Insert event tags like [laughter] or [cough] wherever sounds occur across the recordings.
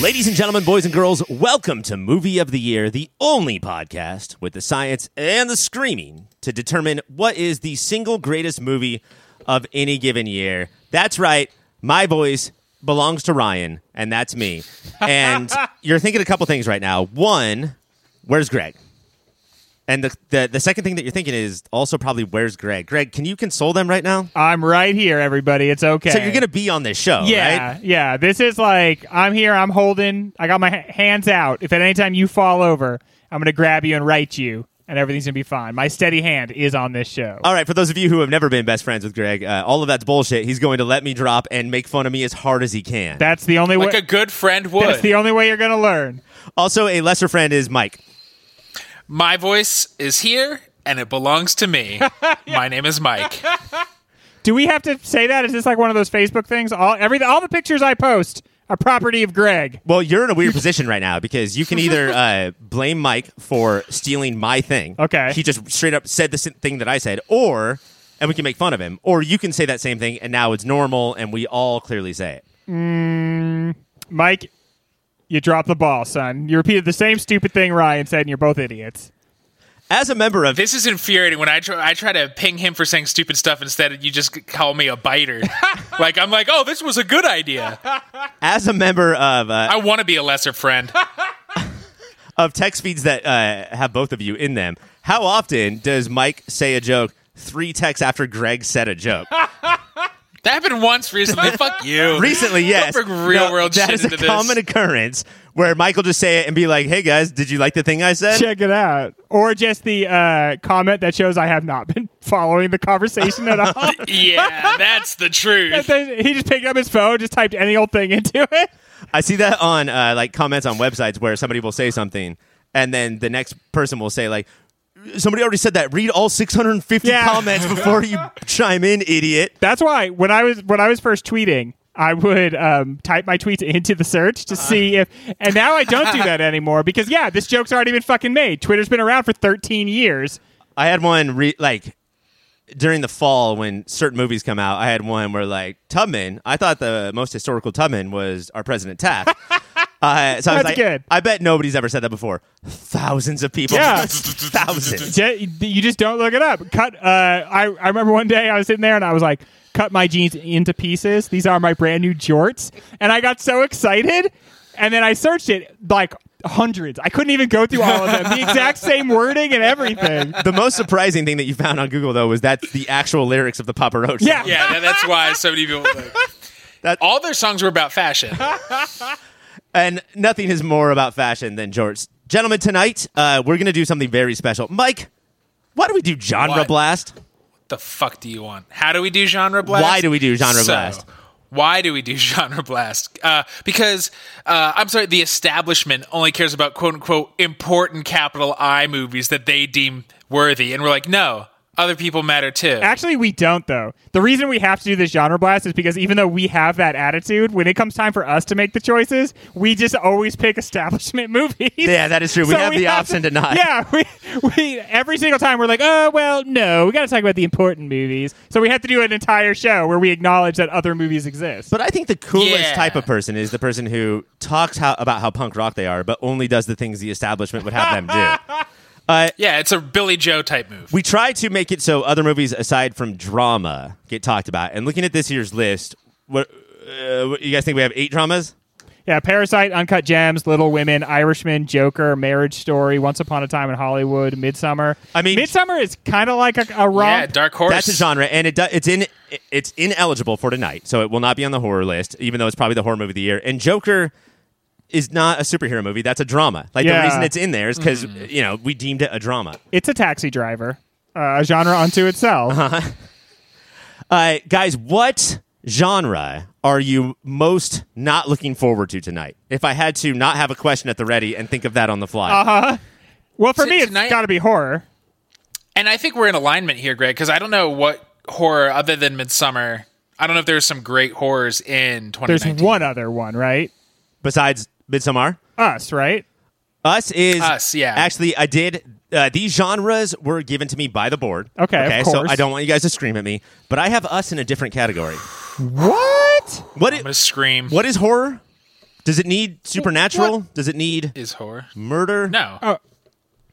Ladies and gentlemen, boys and girls, welcome to Movie of the Year, the only podcast with the science and the screaming to determine what is the single greatest movie of any given year. That's right, my voice belongs to Ryan, and that's me. [laughs] And you're thinking a couple things right now. One, where's Greg? And the, the the second thing that you're thinking is also probably where's Greg? Greg, can you console them right now? I'm right here, everybody. It's okay. So you're gonna be on this show, Yeah, right? yeah. This is like I'm here. I'm holding. I got my ha- hands out. If at any time you fall over, I'm gonna grab you and right you, and everything's gonna be fine. My steady hand is on this show. All right, for those of you who have never been best friends with Greg, uh, all of that's bullshit. He's going to let me drop and make fun of me as hard as he can. That's the only like way. a good friend would. [laughs] That's the only way you're gonna learn. also, a lesser friend is Mike. My voice is here and it belongs to me. My name is Mike. Do we have to say that? Is this like one of those Facebook things? All everything, all the pictures I post are property of Greg. Well, you're in a weird position right now because you can either uh, blame Mike for stealing my thing. Okay. He just straight up said the s- thing that I said, or, and we can make fun of him, or you can say that same thing and now it's normal and we all clearly say it. Mike, you dropped the ball, son. You repeated the same stupid thing Ryan said, and you're both idiots. As a member of This is infuriating when I try, I try to ping him for saying stupid stuff instead you just call me a biter. like I'm like, "Oh, this was a good idea." as a member of uh, I want to be a lesser friend. of text feeds that uh, have both of you in them, how often does Mike say a joke three texts after Greg said a joke? That happened once recently. Fuck [laughs] you. Recently, yes. bring real world that shit is a into this. common occurrence where Michael just say it and be like, "Hey guys, did you like the thing I said?" Check it out, or just the uh, comment that shows I have not been [laughs] following the conversation at all. yeah, that's the And [laughs] truth. then he just picked up his phone, just typed any old thing into it. I see that on uh, like comments on websites where somebody will say something and then the next person will say like, "Somebody already said that. Read all 650 Yeah. comments before [laughs] you chime in, idiot." That's why when I was when I was first tweeting, I would um, type my tweets into the search to see if. And now I don't do that anymore because yeah, this joke's already been fucking made. Twitter's been around for 13 years. I had one re- like during the fall when certain movies come out. I had one where like Tubman. I thought the most historical Tubman was our President [laughs] Taft. Uh, so I was That's like, good. I bet nobody's ever said that before. Thousands of people. [laughs] Yeah. [laughs] Thousands. Ju- You just don't look it up. Cut. Uh, I I remember one day I was sitting there and I was like, "Cut my jeans into pieces. These are my brand new jorts." And I got so excited, and then I searched it like hundreds. I couldn't even go through all of them. The exact same wording and everything. the most surprising thing that you found on Google though was that's the actual lyrics of the Papa Roach. song. Yeah. Yeah, that, that's why so many people like, That- all their songs were about fashion. And nothing is more about fashion than jorts. Gentlemen, tonight uh, we're gonna do something very special. Mike, why do we do genre What? blast? the fuck do you want? How do we do genre blast? Why do we do genre blast? Why do [laughs] we do genre blast? Uh, because uh, I'm sorry, the establishment only cares about quote unquote important capital I movies that they deem worthy, and we're like, no, other people matter too. Actually, we don't though. The reason we have to do this genre blast is because even though we have that attitude, when it comes time for us to make the choices, we just always pick establishment [laughs] movies. Yeah, that is true. We have the option to not. [laughs] Yeah, we, we every single time we're like, oh well, no, we got to talk about the important movies. So we have to do an entire show where we acknowledge that other movies exist. But I think the coolest Yeah. type of person is the person who talks how, about how punk rock they are, but only does the things the establishment would have them do. Uh, yeah, it's a Billy Joe type move. We try to make it so other movies aside from drama get talked about. And looking at this year's list, what, uh, what- you guys think we have eight dramas? yeah, Parasite, Uncut Gems, Little Women, Irishman, Joker, Marriage Story, Once Upon a Time in Hollywood, Midsummer. I mean- Midsummer is kind of like a, a Yeah, romp. Dark Horse. That's a genre, and it do, it's in it's ineligible for tonight, so it will not be on the horror list, even though it's probably the horror movie of the year. And Joker is not a superhero movie; that's a drama. Like Yeah. the reason it's in there is because you know we deemed it a drama. it's a taxi driver, uh, a genre unto itself. Uh-huh. Uh, guys, what genre are you most not looking forward to tonight? If I had to not have a question at the ready and think of that on the fly, Uh-huh. Well, for So me, it's tonight- got to be horror. And I think we're in alignment here, Greg, because I don't know what horror other than Midsummer. I don't know if there's some great horrors in 2019. There's one other one, right? besides Midsommar, Us, right? Us is Us, yeah. Actually, I did. Uh, these genres were given to me by the board. Okay, of okay. So course. I don't want you guys to scream at me, but I have Us in a different category. What? What I'm gonna is, scream. what is horror? Does it need supernatural? Does it need Is horror? murder? No. Oh,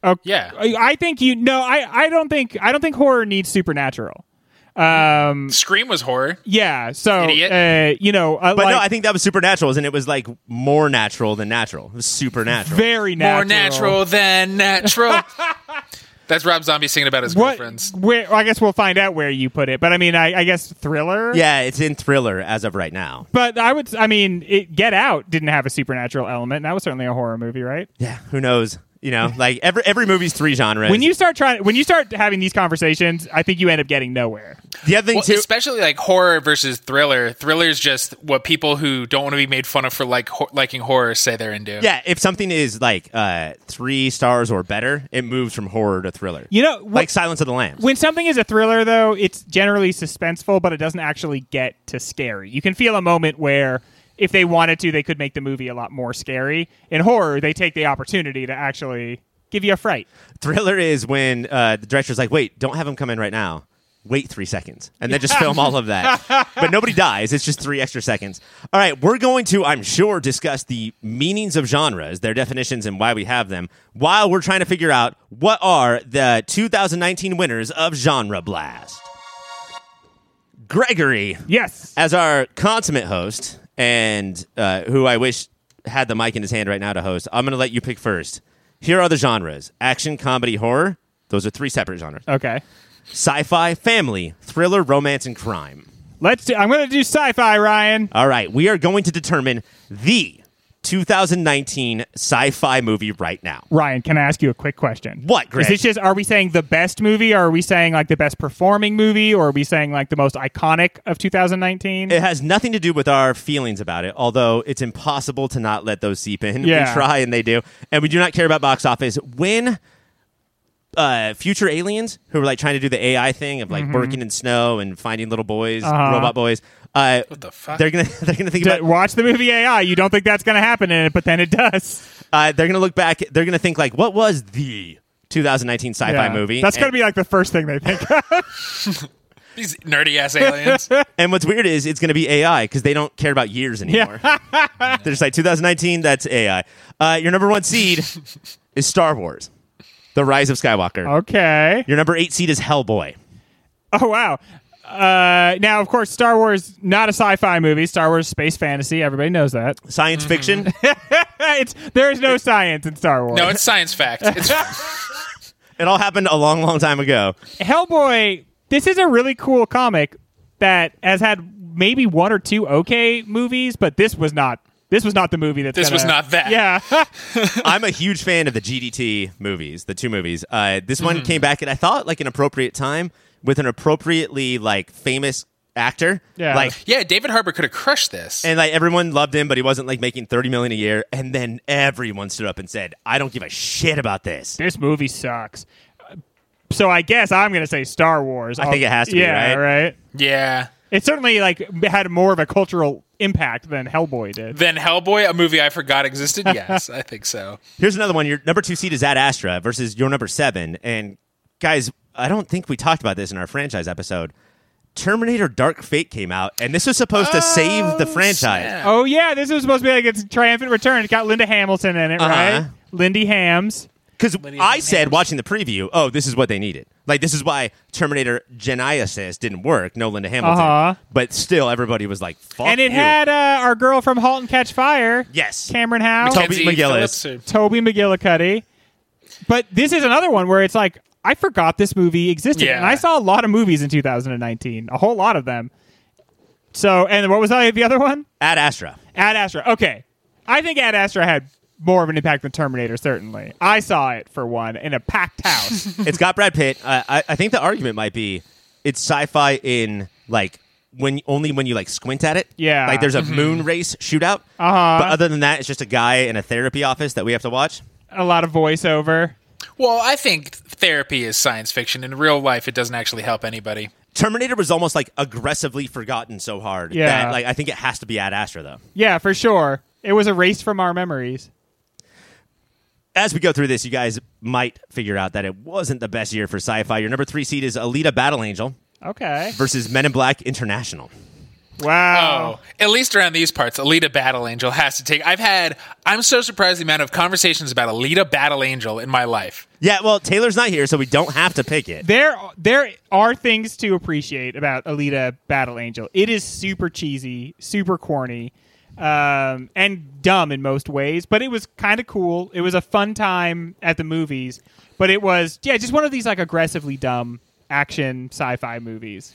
okay. Yeah. I I think you no. I I don't think I don't think horror needs supernatural. Scream was horror. Yeah. So Idiot. uh, you know, uh, But like, no, I think that was supernatural, and it was like more natural than natural. It was supernatural. very natural. More natural than [laughs] natural. That's Rob Zombie singing about his What? girlfriends. Where? well, I guess we'll find out where you put it. But I mean, I, I guess thriller. yeah, it's in thriller as of right now. But I would. I mean, it, Get Out didn't have a supernatural element, and that was certainly a horror movie, right? Yeah, who knows? You [laughs] know, like every every movie's three genres. When you start trying, when you start having these conversations, I think you end up getting nowhere. the other thing Well, too, especially like horror versus thriller. Thriller's just what people who don't want to be made fun of for like ho- liking horror say they're into. yeah, if something is like uh, three stars or better, it moves from horror to thriller. You know, wh- like Silence of the Lambs. when something is a thriller, though, it's generally suspenseful, but it doesn't actually get to scary. You can feel a moment where, if they wanted to, they could make the movie a lot more scary. In horror, they take the opportunity to actually give you a fright. thriller is when uh, the director's like, "Wait, don't have him come in right now. Wait three seconds, and then just film all of that." but nobody dies. It's just three extra seconds. All right, we're going to, I'm sure, discuss the meanings of genres, their definitions, and why we have them, while we're trying to figure out what are the 2019 winners of Genre Blast. Gregory, Yes. as our consummate host, and uh, who I wish had the mic in his hand right now to host, I'm going to let you pick first. Here are the genres action, comedy, horror. Those are three separate genres Okay. sci fi, family, thriller, romance, and crime. Let's do. I'm going to do sci-fi, Ryan. All right, we are going to determine the 2019 sci fi movie right now. Ryan, can I ask you a quick question? What, Greg? Is this just are we saying the best movie or are we saying like the best performing movie or are we saying like the most iconic of 2019? It has nothing to do with our feelings about it, although it's impossible to not let those seep in. We Yeah. try and they do. And we do not care about box office. When uh, future aliens who were like trying to do the AI thing of like Mm-hmm. working in snow and finding little boys, Uh-huh. robot boys, uh, What the fuck? they're gonna [laughs] they're gonna think D- about watch the movie AI. You don't think that's going to happen in it, but then it does. uh, they're gonna look back. They're gonna think like, what was the 2019 sci-fi Yeah. movie? That's And- going to be like the first thing they think. These nerdy [laughs] ass aliens. And what's weird is it's going to be AI because they don't care about years anymore. They're just like 2019, that's AI. Uh, your number one seed is Star Wars, The Rise of Skywalker. okay. Your number eight seed is Hellboy. [laughs] Oh wow. Uh, now, of course, Star Wars not a sci-fi movie. Star Wars space fantasy. Everybody knows that. [laughs] Science fiction, it's there is no science in Star Wars. no, it's science fact. [laughs] It's it all happened a long, long time ago. Hellboy, this is a really cool comic that has had maybe one or two okay movies, but this was not. This was not the movie that's. This gonna- was not that. Yeah, [laughs] I'm a huge fan of the GDT movies, the two movies. Uh, this one came back at I thought like an appropriate time with an appropriately like famous actor. Yeah. Like yeah, David Harbour could have crushed this. and like everyone loved him, but he wasn't like making thirty million a year. And then everyone stood up and said, "I don't give a shit about this." this movie sucks. So I guess I'm gonna say Star Wars. I think it has to be, yeah, right? yeah. It certainly like had more of a cultural impact than Hellboy did. Then Hellboy, a movie I [laughs] forgot existed. Yes, I think so. Here's another one. Your number two seed is Ad Astra versus your number seven. And guys, I don't think we talked about this in our franchise episode. Terminator Dark Fate came out, and this was supposed to save the franchise. snap. Oh yeah, this was supposed to be like its triumphant return. It got Linda Hamilton in it, Uh-huh. right? Lindy Hams. Because Lydia I Van said Hams. watching the preview, oh, this is what they needed. Like this is why Terminator Genisys didn't work. No Linda Hamilton, Uh-huh. but still everybody was like, "Fuck." and it you. had uh, our girl from *Halt and Catch Fire*. Yes. Cameron Howe, Toby Mackenzie McGillis. Phillips or- Toby McGillicuddy. But this is another one where it's like I forgot this movie existed, Yeah. and I saw a lot of movies in 2019, a whole lot of them. So, and what was that, the other one? Ad Astra. Ad Astra. Okay, I think Ad Astra had more of an impact than Terminator. Certainly, I saw it for one in a packed house. it's got Brad Pitt. Uh, I, I think the argument might be it's sci-fi in like when only when you like squint at it. Yeah. Mm-hmm. like there's a moon race shootout. Uh-huh. But other than that, it's just a guy in a therapy office that we have to watch. a lot of voiceover. Well, I think therapy is science fiction. In real life, it doesn't actually help anybody. Terminator was almost like aggressively forgotten so hard. Yeah. that, like I think it has to be Ad Astra though. Yeah, for sure. It was erased from our memories. As we go through this, you guys might figure out that it wasn't the best year for sci-fi. Your number three seed is Alita: Battle Angel Okay. versus Men in Black International. Wow. Oh, at least around these parts, Alita Battle Angel has to take. I've had. I'm so surprised the amount of conversations about Alita Battle Angel in my life. Yeah, well, Taylor's not here, so we don't have to pick it. There, there are things to appreciate about Alita Battle Angel. It is super cheesy, super corny, um, and dumb in most ways. But it was kind of cool. It was a fun time at the movies. But it was, yeah, just one of these like aggressively dumb action sci-fi movies.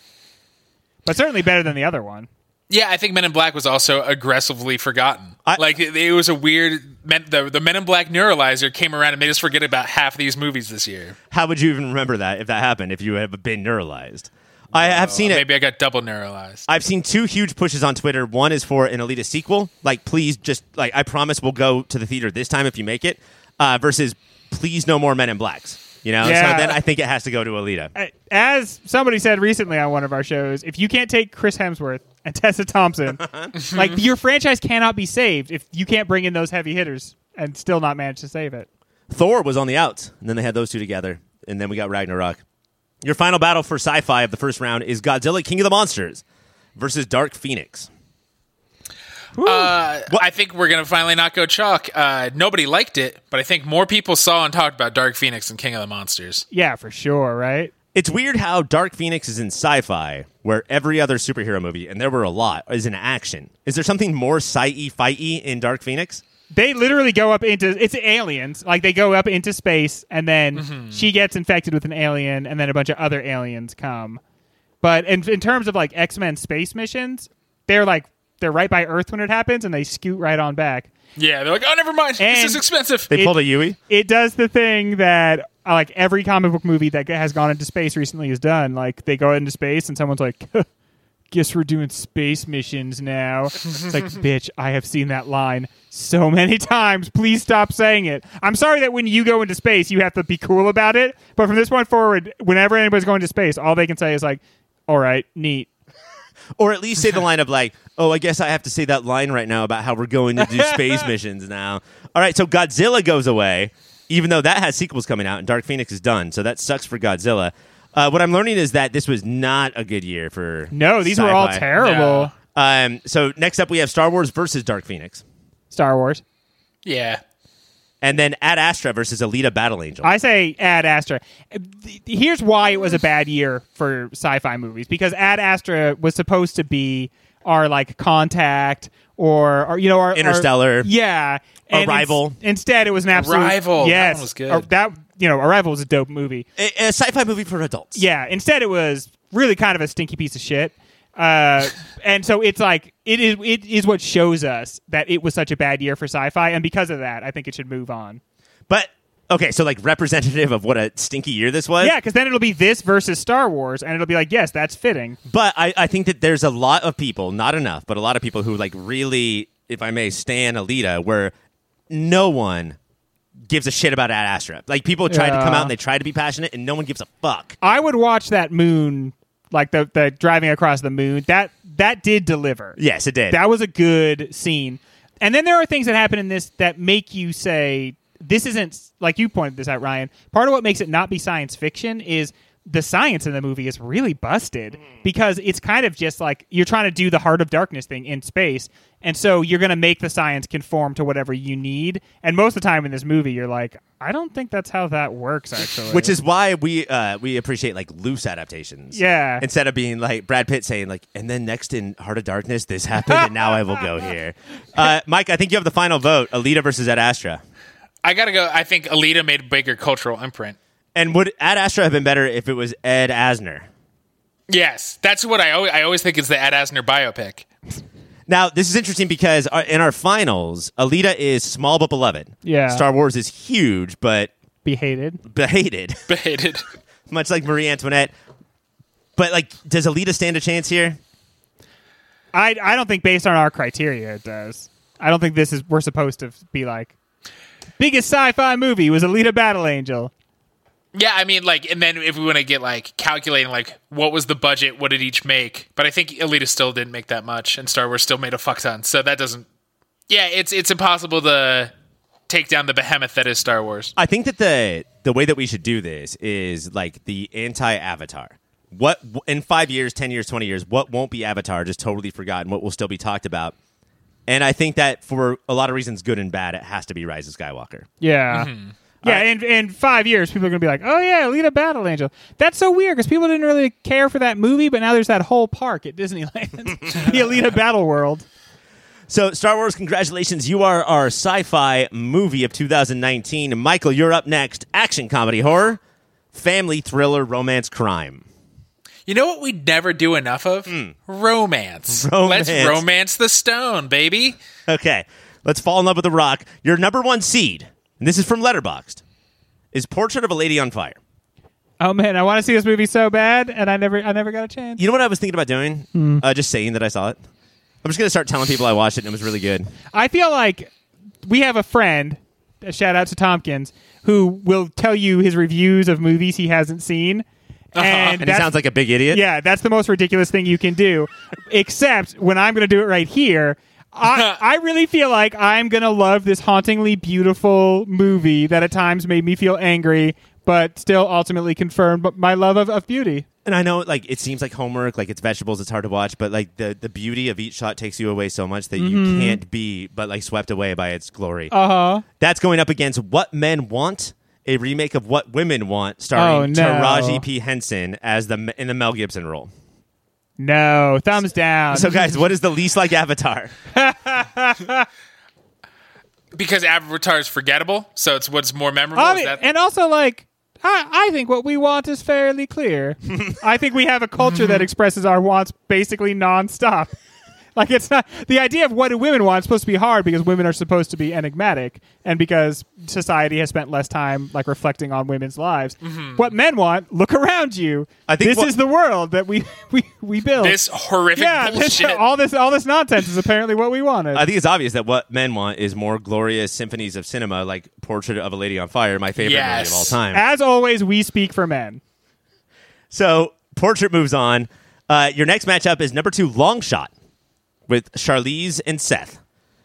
But certainly better than the other one. Yeah, I think Men in Black was also aggressively forgotten. I- like it, it was a weird. Men, the, the Men in Black neuralizer came around and made us forget about half of these movies this year. How would you even remember that if that happened? If you have been neuralized, I have seen it. Maybe I got double neuralized. I've seen two huge pushes on Twitter. One is for an Alita sequel. Like, please, just like I promise, we'll go to the theater this time if you make it. Uh, versus, please, no more Men in Blacks. You know. Yeah. So then I think it has to go to Alita. Uh, As somebody said recently on one of our shows, if you can't take Chris Hemsworth and [laughs] Tessa Thompson, like your franchise cannot be saved if you can't bring in those heavy hitters and still not manage to save it. Thor was on the outs, and then they had those two together, and then we got Ragnarok. Your final battle for sci-fi of the first round is Godzilla: King of the Monsters versus Dark Phoenix. Uh, I think we're gonna finally not go chalk. Uh, nobody liked it, but I think more people saw and talked about Dark Phoenix and King of the Monsters. Yeah, for sure, right? It's weird how Dark Phoenix is in sci-fi, where every other superhero movie, and there were a lot, is in action. Is there something more sci-y, fight-y in Dark Phoenix? They literally go up into it's aliens. Like they go up into space and then she gets infected with an alien and then a bunch of other aliens come. But in in terms of like X-Men space missions, they're like they're right by Earth when it happens and they scoot right on back. Yeah, they're like, oh, never mind. And- this is expensive. They It- pulled a Yui. it does the thing that uh, like every comic book movie that has gone into space recently has done. Like they go into space and someone's like, "Guess we're doing space missions now." it's like, bitch, I have seen that line so many [laughs] times. Please stop saying it. I'm sorry that when you go into space, you have to be cool about it. But from this point forward, whenever anybody's going to space, all they can say is like, "All right, neat." or at least say the line of like, "Oh, I guess I have to say that line right now about how we're going [laughs] to do space missions now." All right, so Godzilla goes away, even though that has sequels coming out, and Dark Phoenix is done, so that sucks for Godzilla. Uh, what I'm learning is that this was not a good year for No, these were all sci-fi. terrible. No. Um, so next up, we have Star Wars versus Dark Phoenix, Star Wars. yeah, and then Ad Astra versus Alita Battle Angel. I say Ad Astra. Th- Here's why it was a bad year for sci-fi movies because Ad Astra was supposed to be our like Contact or, or you know our our- Interstellar. yeah, and Arrival. ins- instead, it was an absolute Arrival. That Yes, one was good. Ar- that you know, Arrival was a dope movie. a, a sci-fi movie for adults. Yeah. Instead, it was really kind of a stinky piece of shit. Uh, and so it's like it is it is what shows us that it was such a bad year for sci-fi, and because of that, I think it should move on. but okay, so like representative of what a stinky year this was. Yeah, because then it'll be this versus Star Wars, and it'll be like, yes, that's fitting. But I, I think that there's a lot of people, not enough, but a lot of people who like really, if I may, stan Alita, where no one gives a shit about Ad Astra. Like people tried to come Yeah. out and they tried to be passionate, and no one gives a fuck. I would watch that moon, like the the driving across the moon. That that did deliver. Yes, it did. That was a good scene. And then there are things that happen in this that make you say, this isn't, like you pointed this out, Ryan. Part of what makes it not be science fiction is the science in the movie is really busted Mm. because it's kind of just like you're trying to do the heart of darkness thing in space. And so you're going to make the science conform to whatever you need. And most of the time in this movie, you're like, I don't think that's how that works, actually. Which is why we uh, we appreciate like loose adaptations. Yeah. Instead of being like Brad Pitt saying like, and then next in Heart of Darkness, this happened, and now I will go [laughs] here. Uh, Mike, I think you have the final vote: Alita versus Ad Astra. I gotta go. I think Alita made a bigger cultural imprint. And would Ad Astra have been better if it was Ed Asner? Yes, that's what I always, I always think is the Ad Asner biopic. [laughs] Now, this is interesting because our, in our finals, Alita is small but beloved. Yeah. Star Wars is huge but be hated. hated, Baited. [laughs] much like Marie Antoinette. But, like, does Alita stand a chance here? I, I don't think based on our criteria it does. I don't think this is we're supposed to be like biggest sci-fi movie was Alita Battle Angel. Yeah, I mean, like, and then if we want to get like calculating, like, what was the budget? What did each make? But I think Alita still didn't make that much, and Star Wars still made a fuck ton. So that doesn't. Yeah, it's it's impossible to take down the behemoth that is Star Wars. I think that the the way that we should do this is like the anti Avatar, what in five years, ten years, twenty years, what won't be Avatar just totally forgotten? What will still be talked about? And I think that for a lot of reasons, good and bad, it has to be Rise of Skywalker. Yeah. Yeah, in, in five years, people are going to be like, oh, yeah, Alita Battle Angel. That's so weird because people didn't really care for that movie, but now there's that whole park at Disneyland, [laughs] the Alita Battle World. So, Star Wars, congratulations! You are our sci-fi movie of 2019. Michael, you're up next. Action, comedy, horror, family, thriller, romance, crime. You know what we never do enough of? Romance. Romance. Let's romance the stone, baby. Okay, let's fall in love with the rock. Your number one seed, and this is from Letterboxd, is Portrait of a Lady on Fire. Oh, man, I want to see this movie so bad, and I never I never got a chance. You know what I was thinking about doing? Hmm. Uh, just saying that I saw it. I'm just gonna start telling people I watched it and it was really good. I feel like we have a friend, a shout out to Tompkins, who will tell you his reviews of movies he hasn't seen. [laughs] And, And he sounds like a big idiot. Yeah, that's the most ridiculous thing you can do. [laughs] Except when I'm going to do it right here. [laughs] I, I really feel like I'm going to love this hauntingly beautiful movie that at times made me feel angry, but still ultimately confirmed my love of, of beauty. And I know, like, it seems like homework, like it's vegetables, it's hard to watch, but like the, the beauty of each shot takes you away so much that Mm-hmm. you can't be, but like swept away by its glory. Uh Uh-huh. huh. That's going up against What Men Want, a remake of What Women Want, starring Oh, no. Taraji P Henson as the in the Mel Gibson role. No, thumbs down. So, guys, what is the least like Avatar? Because Avatar is forgettable, so it's what's more memorable. I is mean, that- and also, like, I, I think what we want is [laughs] fairly clear. I think we have a culture Mhm. that expresses our wants [laughs] basically nonstop. Like it's not the idea of what do women want is supposed to be hard because women are supposed to be enigmatic and because society has spent less time like reflecting on women's lives. What men want, look around you. Mm-hmm. I think this what- is the world that we [laughs] we, we built. this horrific yeah, this, bullshit. [laughs] all this all this nonsense is apparently what we wanted. I think it's obvious that What Men Want is more glorious symphonies of cinema, like Portrait of a Lady on Fire, my favorite movie Yes. of all time. As always, we speak for men. So portrait moves on. Uh, your next matchup is number two, long shot, with Charlize and Seth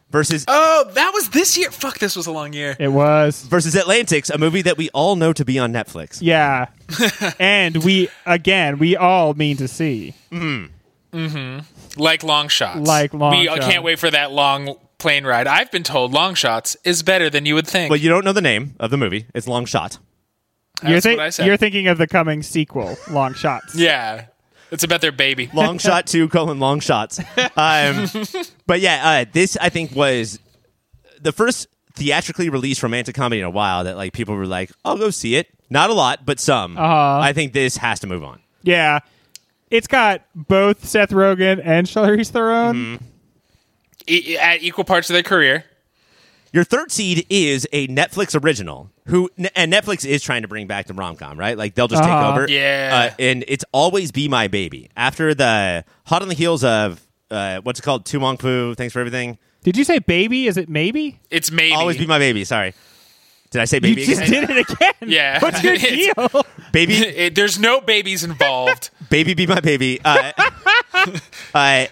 versus oh, that was this year. Fuck, this was a long year. It was versus Atlantics, a movie that we all know to be on Netflix. Yeah. [laughs] and we, again, we all mean to see. Like long shots. Like long We shots. can't wait for that long plane ride. I've been told long shots is better than you would think. Well, you don't know the name of the movie. It's Long Shot. you're, That's what I said. you're thinking of the coming sequel, Long Shots. [laughs] yeah, it's about their baby. Long Shot Two: colon Long Shots. Um, but yeah, uh, this I think was the first theatrically released romantic comedy in a while that like people were like, "I'll go see it." Not a lot, but some. Uh-huh. I think this has to move on. Yeah. It's got both Seth Rogen and Charlize Mm-hmm. Theron. E- at equal parts of their career. Your third seed is a Netflix original. Who and Netflix is trying to bring back the rom com, right? Like they'll just take Uh-huh. over. Yeah. uh, and it's always be my baby. After the hot on the heels of uh, what's it called, Tu Mong Fu, thanks for everything. Did you say baby? Is it maybe? It's maybe Always [laughs] be my baby. Sorry, did I say baby? you just again? did it again. Yeah. What's your [laughs] It's- deal? [laughs] baby, It- there's no babies involved. baby, be my baby. Uh, uh,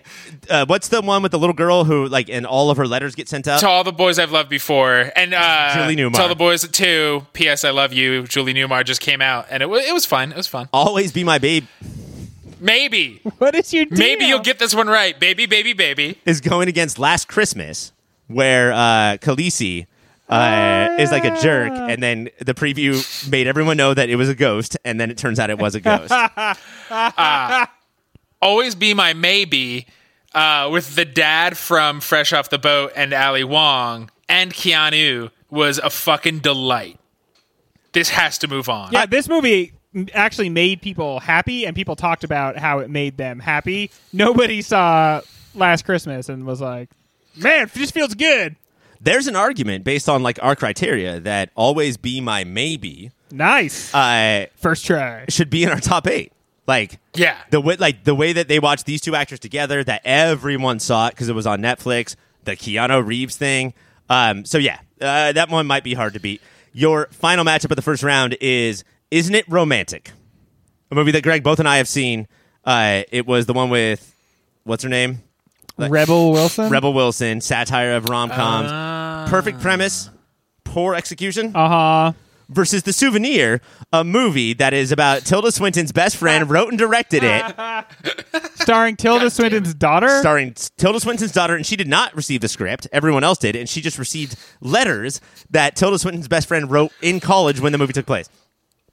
uh, what's the one with the little girl who like and all of her letters get sent up? to all the boys I've loved before, and uh, Julie Newmar. To all the boys at two. P.S. I love you. Julie Newmar just came out, and it was it was fun. It was fun. Always be my babe Maybe, What is your deal? maybe you'll get this one right. Baby, baby, baby. is going against Last Christmas, where uh, Khaleesi uh, is like a jerk, and then the preview made everyone know that it was a ghost, and then it turns out it was a ghost. Always be my maybe. Uh, with the dad from Fresh Off the Boat and Ali Wong and Keanu was a fucking delight. This has to move on. Yeah, this movie m- actually made people happy, and people talked about how it made them happy. Nobody saw Last Christmas and was like, man, it just feels good. There's an argument based on like our criteria that always be my maybe Nice. uh, First try. should be in our top eight. Like Yeah. the way like the way that they watched these two actors together, that everyone saw it because it was on Netflix. The Keanu Reeves thing. Um, so yeah, uh, that one might be hard to beat. Your final matchup of the first round is "Isn't It Romantic?" A movie that Greg both and I have seen. Uh, it was the one with what's her name, Rebel Wilson. Rebel Wilson, satire of rom coms. Perfect premise, poor execution. Uh huh. versus The Souvenir, a movie that is about Tilda Swinton's best friend wrote and directed it, starring Tilda Swinton's daughter. starring Tilda Swinton's daughter, and she did not receive the script. Everyone else did, and she just received letters that Tilda Swinton's best friend wrote in college when the movie took place.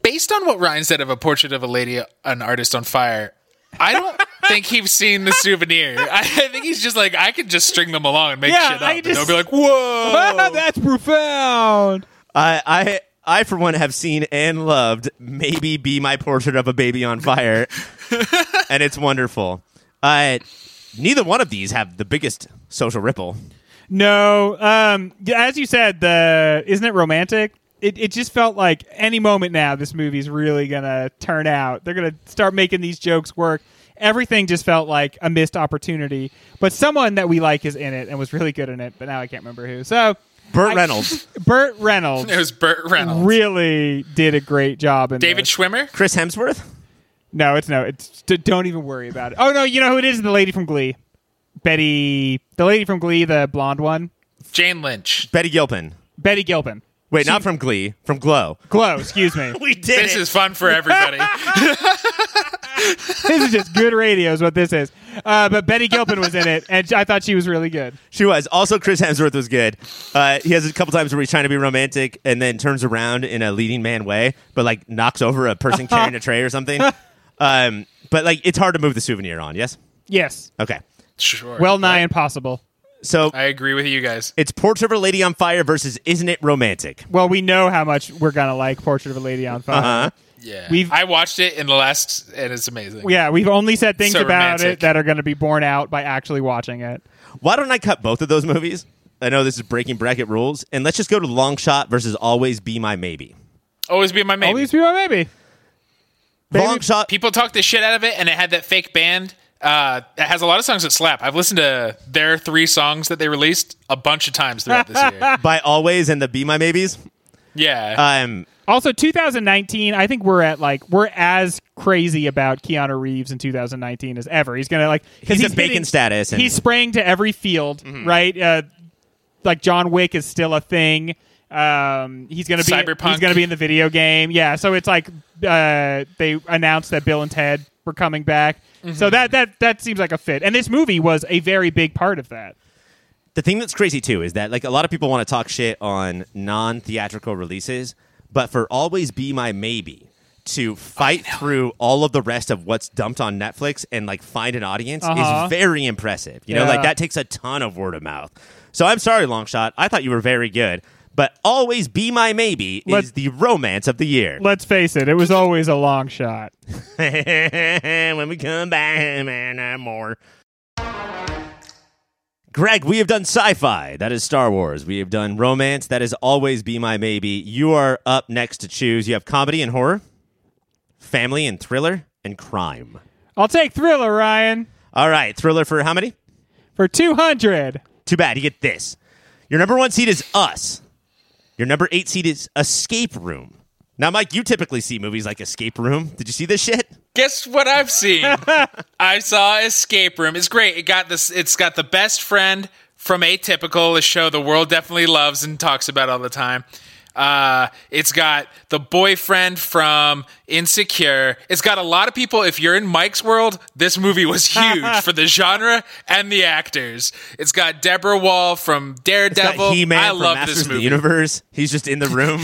Based on what Ryan said of a portrait of a lady, an artist on fire, [laughs] I don't think he's seen the souvenir. I think he's just like, I could just string them along and make Yeah, shit up. I and just- they'll be like, whoa. [laughs] That's profound. I, I, I for one have seen and loved maybe be my portrait of a baby on fire, and it's wonderful. Uh, neither one of these have the biggest social ripple. No, um, yeah, as you said, the isn't it romantic? It, it just felt like any moment now, this movie's really gonna turn out. They're gonna start making these jokes work. Everything just felt like a missed opportunity. But someone that we like is in it and was really good in it, but now I can't remember who. So Burt I- [laughs] Reynolds, Burt Reynolds It was Burt Reynolds. really did a great job in David this. Schwimmer? Chris Hemsworth, No, it's no. It's d- don't even worry about it. Oh no, you know who it is? The lady from Glee, Betty. The lady from Glee, the blonde one, Jane Lynch. Betty Gilpin. Betty Gilpin. Wait, not from Glee, from Glow. Glow, excuse [laughs] me. We did This is fun for [laughs] everybody. this is just good radio, is what this is. Uh, but Betty Gilpin was in it, and I thought she was really good. She was. Also, Chris Hemsworth was good. Uh, he has a couple times where he's trying to be romantic and then turns around in a leading man way, but like knocks over a person carrying a tray or something. Um, but like, it's hard to move the souvenir on. Yes. Yes, Okay. sure. well nigh impossible. So I agree with you guys. it's Portrait of a Lady on Fire versus Isn't It Romantic? Well, we know how much we're gonna like Portrait of a Lady on Fire. Uh-huh. Yeah. We've- I watched it in the last, and it's amazing. Yeah, we've only said things So about romantic. it that are going to be borne out by actually watching it. Why don't I cut both of those movies? I know this is breaking bracket rules, and let's just go to Long Shot versus Always Be My Maybe. Always be my maybe. All these people, maybe. Long Shot. People talked the shit out of it, and it had that fake band. Uh, it has a lot of songs that slap. I've listened to their three songs that they released a bunch of times throughout this [laughs] year. By always and the be my maybes. Yeah. Um, Also, 2019, I think we're at like we're as crazy about Keanu Reeves in 2019 as ever. He's gonna like 'cause He's at bacon hitting- status and- he's spraying to every field, right? Uh, like John Wick is still a thing. Um, he's gonna be Cyberpunk. he's gonna be in the video game, yeah. So it's like uh, they announced that Bill and Ted were coming back. So that that that seems like a fit, and this movie was a very big part of that. the thing that's crazy too is that like a lot of people want to talk shit on non-theatrical releases, but for always be my maybe to fight through all of the rest of what's dumped on Netflix and like find an audience Uh-huh. is very impressive. You know, Yeah. like that takes a ton of word of mouth. So I'm sorry, long shot. I thought you were very good, but always be my maybe Let- is the romance of the year. Let's face it, it was always a long shot. [laughs] when we come back, man, I'm more. Greg, we have done sci-fi. That is Star Wars. We have done romance. That is always be my maybe. You are up next to choose. You have comedy and horror, family and thriller, and crime. I'll take Thriller, Ryan. All right, thriller for how many? for 200. Too bad. You get this. Your number one seed is Us. Your number eight seed is Escape Room. Now, Mike, you typically see movies like Escape Room. Did you see this shit? Guess what [laughs] I've seen? I saw Escape Room. It's great. It got this. It's got the best friend from Atypical, a show the world definitely loves and talks about all the time. Uh, it's got the boyfriend from Insecure. It's got a lot of people. If you're in Mike's world, this movie [laughs] was huge for the genre and the actors. It's got Deborah Wall from Daredevil. He I Man from love Masters this of the movie. Universe. He's just in the [laughs] room.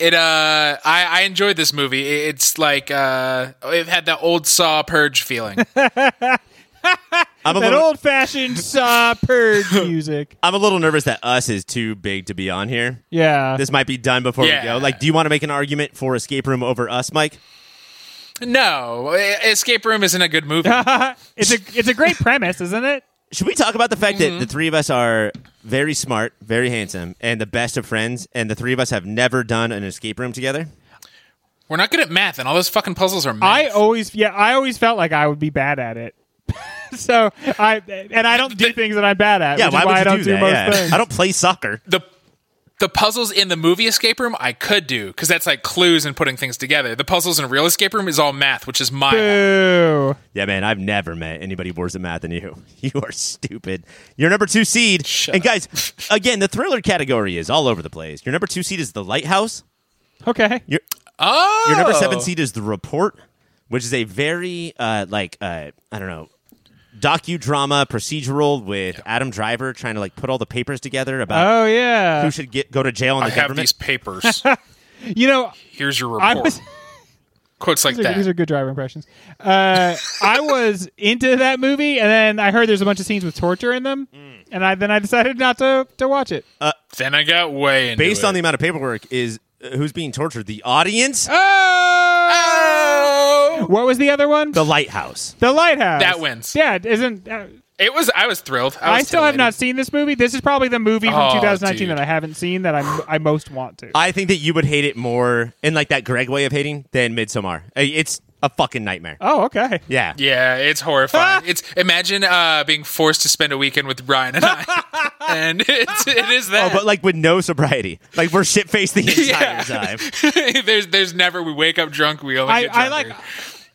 It uh, I, I enjoyed this movie. It- It's like uh, it had that old Saw purge feeling. I'm a That little, old fashioned saw [laughs] purge music. I'm a little nervous that us is too big to be on here. Yeah. This might be done before Yeah. we go. Like, do you want to make an argument for Escape Room over us, Mike? No, E- Escape Room isn't a [laughs] good movie. it's a it's a great premise, isn't it? Should we talk about the fact Mm-hmm. that the three of us are very smart, very handsome, and the best of friends, and the three of us have never done an escape room together? We're not good at math, and all those fucking puzzles are I math. always yeah, I always felt like I would be bad at it. [laughs] so I and I don't do things that I'm bad at. Yeah, which why, is would why you I don't do, that? most Yeah. things. I don't play soccer. the the puzzles in the movie Escape Room I could do because that's like clues and putting things together. The puzzles in real Escape Room is all math, which is my. math. Boo. Yeah, man, I've never met anybody worse at math than you. [laughs] You are stupid. Your number two seed, and guys, again, the thriller category is all over the place. Your number two seed is The Lighthouse. Okay. Your, Oh, your number seven seed is The Report, which is a very, uh, like, uh, I don't know, docudrama procedural with Adam Driver trying to, like, put all the papers together about Oh yeah. who should get go to jail in Uh, I the have government. these papers. [laughs] You know, Here's [laughs] your I report. was. Quotes like These are, these are that. good driver impressions. Uh, I was into that movie, and then I heard there's a bunch of scenes with torture in them, Mm. and I then I decided not to to watch it. Uh, Then I got way into Based it. Uh, on the amount of paperwork, is uh, who's being tortured? The audience? Oh! what was the other one? the lighthouse. The lighthouse. That wins. Yeah, isn't. Uh, It was. I was thrilled. I, I was still have titillated. not seen this movie. This is probably the movie from Oh, 2019 dude. that I haven't seen that I'm, I most want to. I think that you would hate it more in like that Greg way of hating than Midsommar. Uh, It's a fucking nightmare. oh, okay. Yeah. Yeah, it's horrifying. [laughs] it's imagine uh, being forced to spend a weekend with Brian and [laughs] I, and [laughs] it's, it is Oh, that. but like with no sobriety. Like we're shit faced the entire Yeah. time. [laughs] there's there's never we wake up drunk. We only I, get I drunker. like.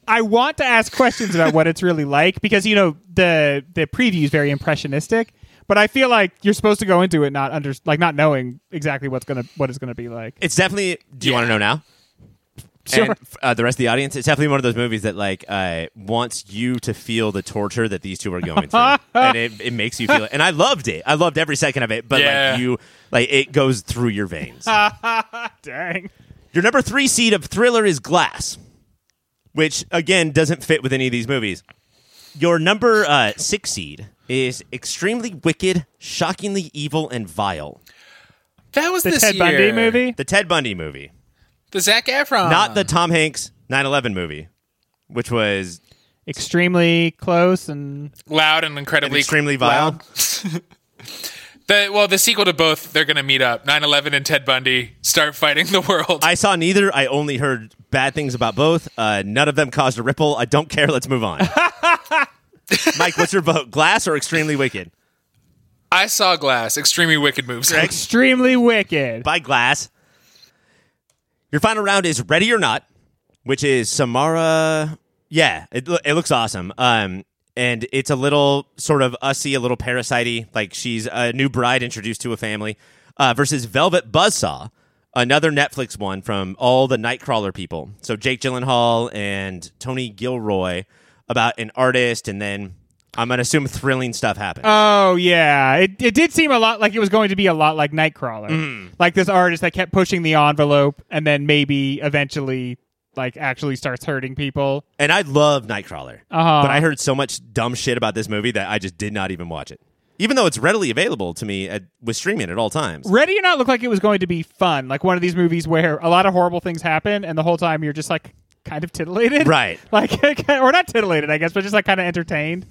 I want to ask questions about what it's really like because you know the the preview is very impressionistic, but I feel like you're supposed to go into it not under like not knowing exactly what's gonna what it's gonna be like. It's definitely. Do you Yeah. want to know now? Sure. And, uh, the rest of the audience. It's definitely one of those movies that like uh, wants you to feel the torture that these two are going through, and it, it makes you feel it. And I loved it. I loved every second of it. But Yeah. like you, like it goes through your veins. Dang. Your number three seed of Thriller is Glass, which again doesn't fit with any of these movies. Your number uh, six seed is extremely wicked, shockingly evil, and vile. that was The this Ted year. Bundy movie. The Ted Bundy movie, the Zach Efron, not the Tom Hanks 9/11 movie, which was Extremely close and loud and incredibly extremely vile. loud. The, well, the sequel to both, they're going to meet up. 9-11 and Ted Bundy start fighting the world. I saw neither. I only heard bad things about both. Uh, none of them caused a ripple. I don't care. Let's move on. Mike, what's your vote? Glass or extremely wicked? I saw Glass. Extremely wicked moves. extremely wicked. by Glass. Your final round is Ready or Not, which is Samara. Yeah, it, lo- it looks awesome. Um, and it's a little sort of ussy, a little parasite like she's a new bride introduced to a family, uh, versus Velvet Buzzsaw, another Netflix one from all the Nightcrawler people. So Jake Gyllenhaal and Tony Gilroy about an artist, and then I'm going to assume thrilling stuff happens. Oh yeah, it, it did seem a lot like it was going to be a lot like Nightcrawler, Mm-hmm. like this artist that kept pushing the envelope and then maybe eventually like actually starts hurting people. And I love Nightcrawler, Uh-huh. but I heard so much dumb shit about this movie that I just did not even watch it, even though it's readily available to me at, with streaming at all times. Ready or Not looked like it was going to be fun, like one of these movies where a lot of horrible things happen and the whole time you're just like kind of titillated, Right. [laughs] Like or not titillated, I guess, but just like kind of entertained.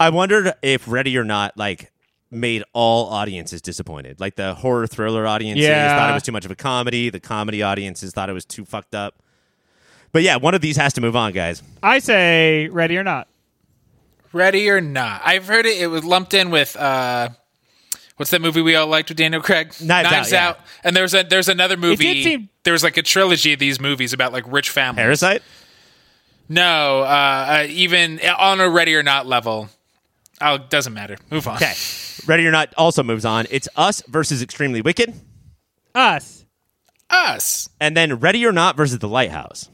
I wondered if Ready or Not like made all audiences disappointed, like the horror thriller audiences Yeah. thought it was too much of a comedy, the comedy audiences thought it was too fucked up. But yeah, one of these has to move on, guys. I say Ready or Not. [laughs] Ready or not. I've heard it. It was lumped in with uh, what's that movie we all liked with Daniel Craig? Knives Out, yeah. And there's a there's another movie. seem- there was like a trilogy of these movies about like rich families. Parasite. No, uh, uh, even on a Ready or Not level, i doesn't matter. Move on. Okay, Ready or Not also moves on. It's Us versus Extremely Wicked, Us. Us, and then Ready or Not versus The Lighthouse.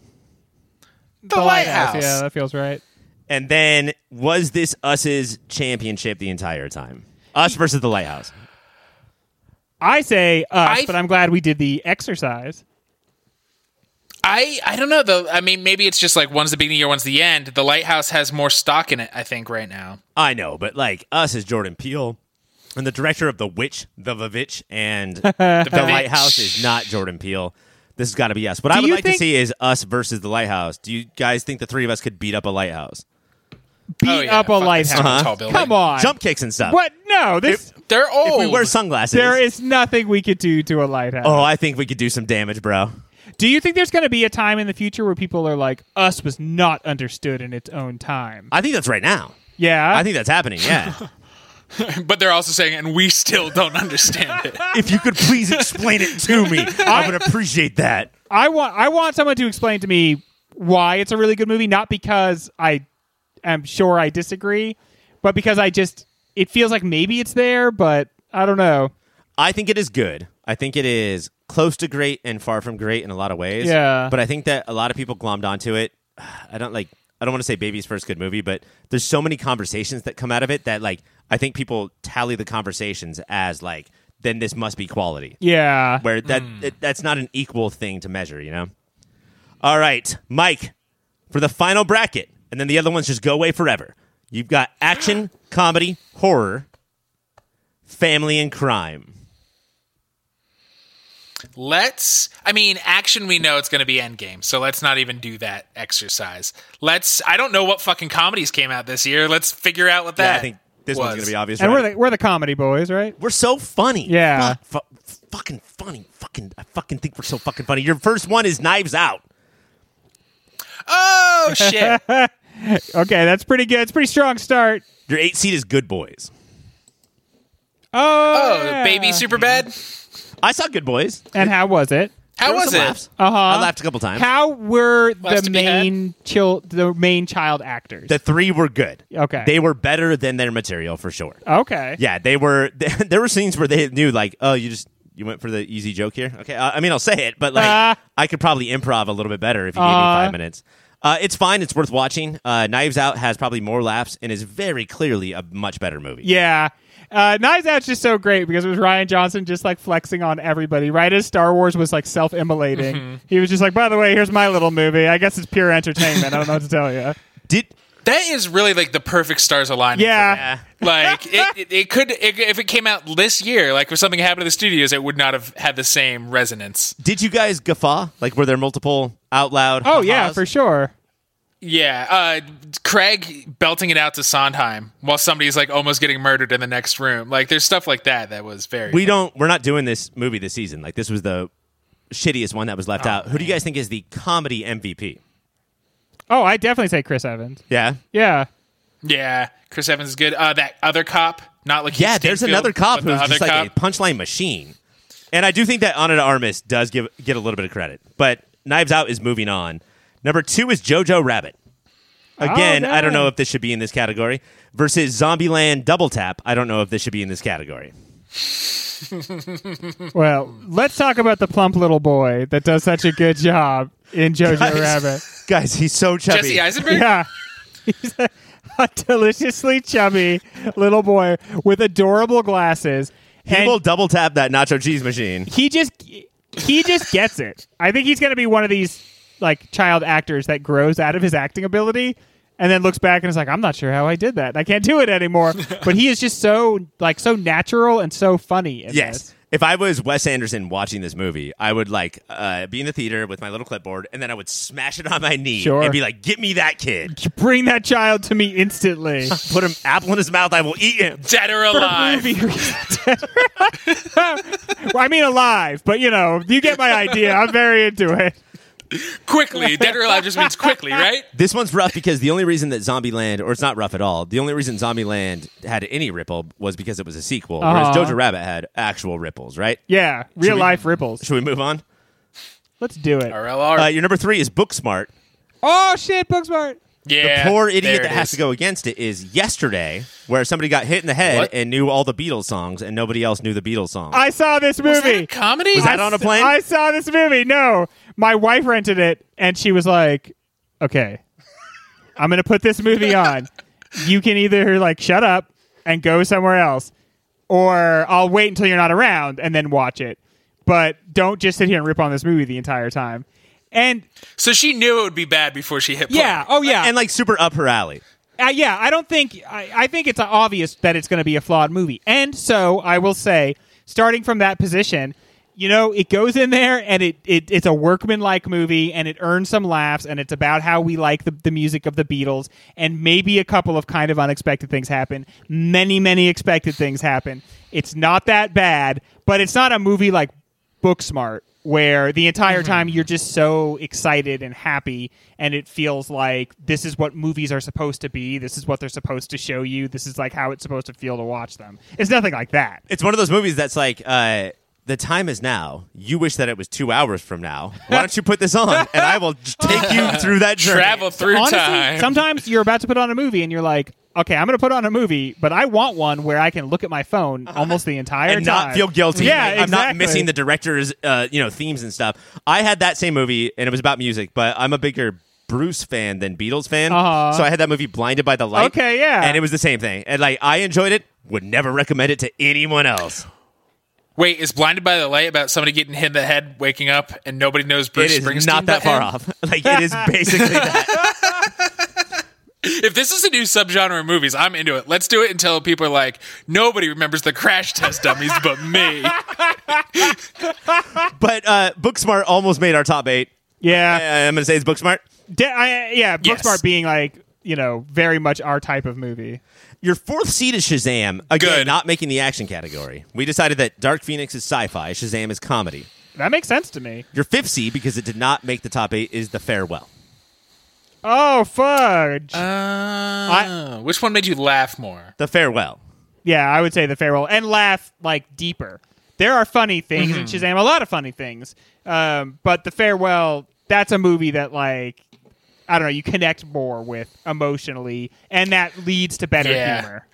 the, lighthouse. Yeah, that feels right. And then was this us's championship the entire time? Us versus the Lighthouse. I say Us, I- Oh, but I'm glad we did the exercise. I I don't know though. I mean, maybe it's just like one's the beginning, or one's the end. The lighthouse has more stock in it, I think, right now. I know, but like us is Jordan Peele, and the director of The Witch, The Vavitch, and [laughs] The Lighthouse is not Jordan Peele. This has got to be us. What I would you like to think- see is us versus the Lighthouse. Do you guys think the three of us could beat up a lighthouse? Beat Oh, yeah. up a Fuck, it's lighthouse. not a tall building. Come on. Jump kicks and stuff. What? No. This. They're If old. we wear sunglasses. there is nothing we could do to a lighthouse. Oh, I think we could do some damage, bro. Do you think there's going to be a time in the future where people are like, "Us was not understood in its own time"? I think that's right now. Yeah, I think that's happening, [laughs] yeah. but they're also saying, and we still don't [laughs] understand it. [laughs] if you could please explain it to me, I would appreciate that. I want I want someone to explain to me why it's a really good movie, not because I am sure I disagree, but because I just it feels like maybe it's there, but I don't know. I think it is good. I think it is close to great and far from great in a lot of ways. Yeah. But I think that a lot of people glommed onto it. [sighs] I don't like. I don't want to say Baby's first good movie, but there's so many conversations that come out of it that like I think people tally the conversations as like then this must be quality Yeah. where that it, that's not an equal thing to measure, you know. All right, Mike, for the final bracket, and then the other ones just go away forever. You've got action, comedy, horror, family, and crime. Let's. I mean, action. We know it's going to be Endgame, so let's not even do that exercise. Let's. I don't know what fucking comedies came out this year. Let's figure out what that. Yeah, I think this one's was. gonna be obvious. And right? we're the we're the comedy boys, right? We're so funny. Yeah. Fuck, fu- fucking funny. Fucking, I fucking think we're so fucking funny. Your first one is Knives Out. Oh [laughs] shit! Okay, that's pretty good. It's a pretty strong start. Your eight seed is Good Boys. Oh, Oh, yeah. baby, super bad. I saw Good Boys. And how was it? How There were was some it? laughs. Uh-huh. I laughed a couple times. How were Last the to be had? main chill the main child actors? the three were good. Okay. They were better than their material for sure. okay. Yeah, they were. [laughs] there were scenes where they knew, like, oh, you just you went for the easy joke here. Okay, uh, I mean, I'll say it, but like, Ah. I could probably improv a little bit better if you gave me Uh. five minutes. Uh, it's fine. It's worth watching. Uh, Knives Out has probably more laughs and is very clearly a much better movie. Yeah. Uh, Knives Out's just so great because it was Ryan Johnson just like flexing on everybody. Right as Star Wars was like self-immolating, Mm-hmm. he was just like, "By the way, here's my little movie. I guess it's pure entertainment. I don't know what to tell [laughs] you." Did That is really like the perfect stars aligning. for Yeah. that. like it, it, it could it, if it came out this year, like if something happened to the studios, it would not have had the same resonance. did you guys guffaw? Like, were there multiple out loud? Oh yeah, ha-has? for sure. Yeah, uh, Craig belting it out to Sondheim while somebody's like almost getting murdered in the next room. Like there's stuff like that that was very. We don't. We're not doing this movie this season. Like, this was the shittiest one that was left out. Who do you guys think is the comedy MVP? Oh, I definitely say Chris Evans. Yeah. Yeah. yeah, Chris Evans is good. Uh, that other cop, not like Yeah, there's another cop who's just like cop. a punchline machine. And I do think that Ana de Armas does give get a little bit of credit. But Knives Out is moving on. Number two is Jojo Rabbit. Again, Oh, I don't no. know if this should be in this category. Versus Zombieland Double Tap. I don't know if this should be in this category. Well, let's talk about the plump little boy that does such a good job in Jojo Guys. Rabbit. Guys, he's so chubby. [laughs] Jesse Eisenberg. Yeah. He's a, a deliciously chubby little boy with adorable glasses. he and will double tap that nacho cheese machine. he just he just gets it. I think he's going to be one of these like child actors that grows out of his acting ability and then looks back and is like, "I'm not sure how I did that. I can't do [laughs] it anymore." but he is just so like so natural and so funny. In Yes. this. If I was Wes Anderson watching this movie, I would like uh, be in the theater with my little clipboard, and then I would smash it on my knee Sure. and be like, "Get me that kid! Bring that child to me instantly. Put an apple in his mouth. I will eat him." Dead or alive. movie reason. [laughs] well, I mean, alive, but you know, you get my idea. I'm very into it. quickly. Dead or alive just [laughs] means quickly, right? This one's rough because the only reason that Zombieland, or it's not rough at all, the only reason Zombieland had any ripple was because it was a sequel, whereas Uh-huh. Jojo Rabbit had actual ripples, right? Yeah, real we- life ripples. Should we move on? Let's do it. RLR. Uh, your number three is Booksmart. Oh shit, Booksmart. yeah. Poor there idiot it that has is. to go against it is Yesterday, where somebody got hit in the head What? and knew all the Beatles songs, and nobody else knew the Beatles songs. I saw this movie. Is that a comedy? Was that on a plane? I saw this movie. No, my wife rented it, and she was like, "Okay, I'm gonna put this movie on. You can either like shut up and go somewhere else, or I'll wait until you're not around and then watch it. But don't just sit here and rip on this movie the entire time." And so she knew it would be bad before she hit. yeah, play. oh yeah, and like super up her alley. uh, yeah, I don't think I, I think it's obvious that it's going to be a flawed movie, and so I will say, starting from that position, you know, it goes in there and it, it it's a workmanlike movie, and it earns some laughs, and it's about how we like the, the music of the Beatles, and maybe a couple of kind of unexpected things happen. Many many expected things happen. It's not that bad, but it's not a movie like Booksmart where the Mm-hmm. entire time you're just so excited and happy and it feels like this is what movies are supposed to be this is what they're supposed to show you this is like how it's supposed to feel to watch them it's nothing like that It's one of those movies that's like, uh, the time is now. You wish that it was two hours from now. Why don't you put this on, [laughs] and I will j- take you through that journey. Travel through honestly time. sometimes you're about to put on a movie and you're like okay, I'm going to put on a movie, but I want one where I can look at my phone almost the entire Uh-huh. and time not feel guilty. Yeah, Like, I'm not exactly. missing the director's uh, you know themes and stuff. I had that same movie, and it was about music, but I'm a bigger Bruce fan than Beatles fan, Uh-huh. so I had that movie Blinded by the Light. Okay, yeah. and it was the same thing. And like I enjoyed it, would never recommend it to anyone else. Wait, is Blinded by the Light about somebody getting hit in the head, waking up, and nobody knows Bruce it Springsteen? is not that but far him? off. [laughs] Like it is basically [laughs] that. If this is a new subgenre of movies, I'm into it. Let's do it until people are like, nobody remembers the crash test dummies [laughs] but me. Uh, But uh, Booksmart almost made our top eight. I, Yeah, I'm gonna say it's Booksmart. De- I, yeah. Yes. Booksmart being like you know very much our type of movie. Your fourth seed is Shazam. Again, Good. not making the action category. We decided that Dark Phoenix is sci-fi, Shazam is comedy. That makes sense to me. Your fifth seed, because it did not make the top eight, is The Farewell. Oh fudge! Uh, which one made you laugh more? The Farewell. yeah, I would say the farewell and laugh like deeper. There are funny things in Mm-hmm. Shazam, a lot of funny things. Um, but the farewell, that's a movie that like I don't know, you connect more with emotionally, and that leads to better Yeah. humor.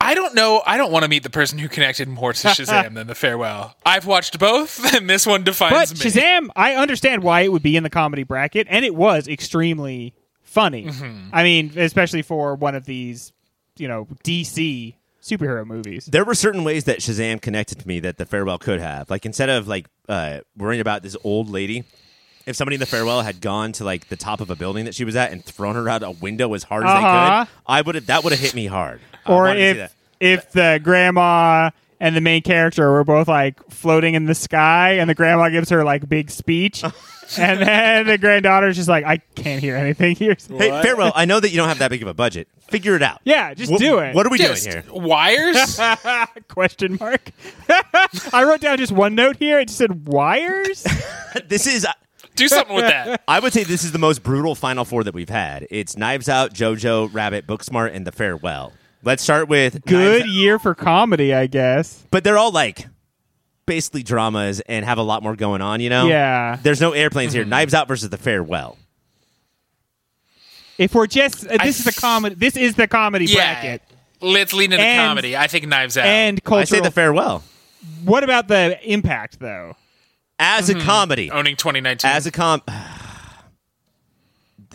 I don't know. I don't want to meet the person who connected [laughs] more to Shazam than the farewell. I've watched both, [laughs] and this one But defines me. Shazam, I understand why it would be in the comedy bracket, and it was extremely funny. Mm-hmm. I mean, especially for one of these, you know, DC superhero movies. There were certain ways that Shazam connected to me that The Farewell could have. Like instead of like uh, worrying about this old lady, if somebody in The Farewell had gone to like the top of a building that she was at and thrown her out a window as hard Uh-huh. as they could, I would have that would have hit me hard. I or wanted to see that. if if the grandma and the main character were both like floating in the sky, and the grandma gives her like big speech, [laughs] and then the granddaughter's just like, I can't hear anything here. [laughs] Hey, Farewell, I know that you don't have that big of a budget. Figure it out. Yeah, just Wh- do it. What are we Just doing here? [laughs] wires? [laughs] Question mark. I wrote down just one note here. It just [laughs] said wires. This is uh, Do something with that. I would say this is the most brutal Final Four that we've had. It's Knives Out, JoJo, Rabbit, Booksmart, and The Farewell. Let's start with Good Knives- year for comedy, I guess. but they're all like basically dramas and have a lot more going on. You know, Yeah. Mm-hmm. There's no airplanes here. Knives Out versus The Farewell. If we're just uh, this is f- the comedy. This is the comedy yeah. bracket. Let's lean into And- comedy. I think Knives Out. And cultural. I say The Farewell what about the impact though? as Mm-hmm. a comedy. Oh. owning 2019. As a com, [sighs]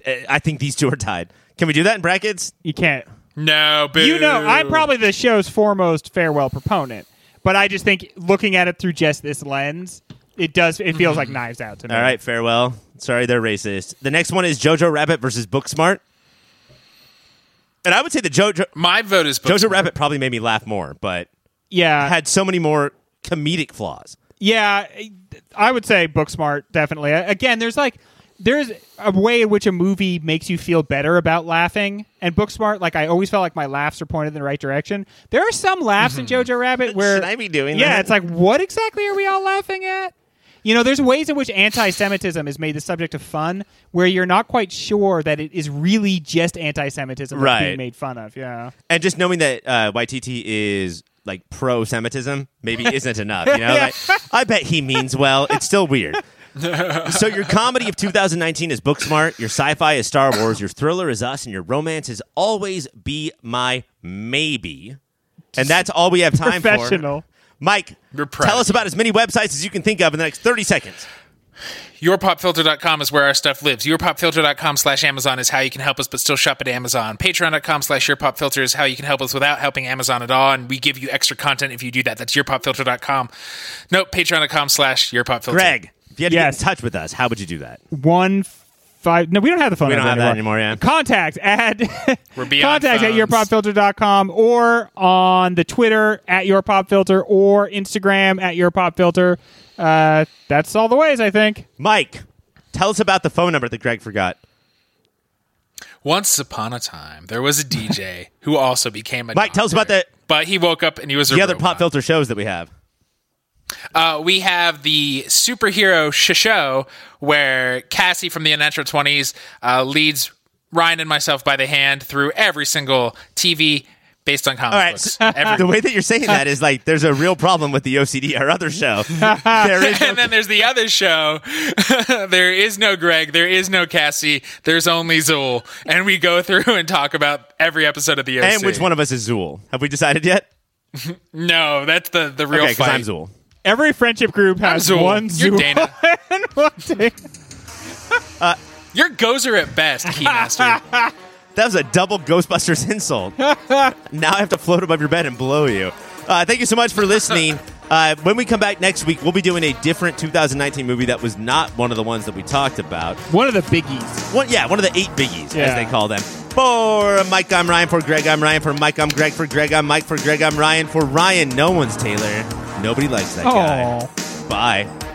I think these two are tied. Can we do that in brackets? You can't. no, boo. You know, I'm probably the show's foremost farewell proponent, but I just think looking at it through just this lens, it does. It feels like Knives Out to me. Mm-hmm. All right, farewell. Sorry, they're racist. The next one is Jojo Rabbit versus Booksmart, and I would say the Jojo My vote is Booksmart. Jojo Rabbit probably made me laugh more, but Yeah, had so many more comedic flaws. yeah. I would say Booksmart definitely. Again, there's like there's a way in which a movie makes you feel better about laughing, and Booksmart, like I always felt like my laughs are pointed in the right direction. There are some laughs in Jojo Rabbit where Mm-hmm. Should I be doing yeah, that? it's like, what exactly are we all laughing at? You know, there's ways in which anti Semitism is made the subject of fun where you're not quite sure that it is really just anti Semitism that's Right. being made fun of. Yeah. and just knowing that uh, YTT is like pro Semitism [laughs] maybe isn't enough. You know, like, I bet he means well. It's still [laughs] weird. so your comedy of 2019 is Booksmart. Your sci-fi is Star Wars. Your thriller is Us, and your romance is always Be My Maybe. And that's all we have time Professional. for. Mike, You're proud tell of us about as many websites as you can think of in the next 30 seconds. yourpopfilter.com is where our stuff lives yourpopfilter.com slash amazon is how you can help us but still shop at amazon patreon.com slash yourpopfilter is how you can help us without helping amazon at all and we give you extra content if you do that that's yourpopfilter.com no patreon.com slash yourpopfilter Greg, if you had to Yes. get in touch with us, how would you do that? One. Five, no, we don't have the phone We don't number have that anymore, yeah. [laughs] Contact at We're beyond contact at phones. yourpopfilter.com or on the Twitter at yourpopfilter or Instagram at yourpopfilter. Uh, that's all the ways, I think. Mike, tell us about the phone number that Greg forgot. once upon a time there was a dj who also became a Mike, tell us doctor, about but he woke up and he was a The other robot. pop filter shows that we have. Uh, we have the superhero Shisho, where Cassie from the Unnatural 20s uh, leads Ryan and myself by the hand through every single TV, based on comic All right. books. so- [laughs] Every- the way that you're saying that is like there's a real problem with the OCD, our other [laughs] show. there is [laughs] no and then there's the other show. [laughs] there is no Greg. There is no Cassie. There's only Zool. And we go through and talk about every episode of the OC. And which one of us is Zool? Have we decided yet? No, that's the, the real okay, because fight. I'm Zool. Every friendship group has Zool. one You're Zool Dana. and one Dana. Your gozer at [laughs] best, Keymaster. That was a double Ghostbusters [laughs] [laughs] insult. now I have to float above your bed and blow you. Uh, thank you so much for listening. Uh, when we come back next week, we'll be doing a different 2019 movie that was not one of the ones that we talked about. [laughs] One of the biggies. One, yeah, one of the eight biggies, as Yeah. they call them. For Mike, I'm Ryan. For Greg, I'm Ryan. For Mike, I'm Greg. For Greg, I'm Mike. For Greg, I'm Ryan. For Ryan, no one's Taylor. Nobody likes that guy. Oh. Bye.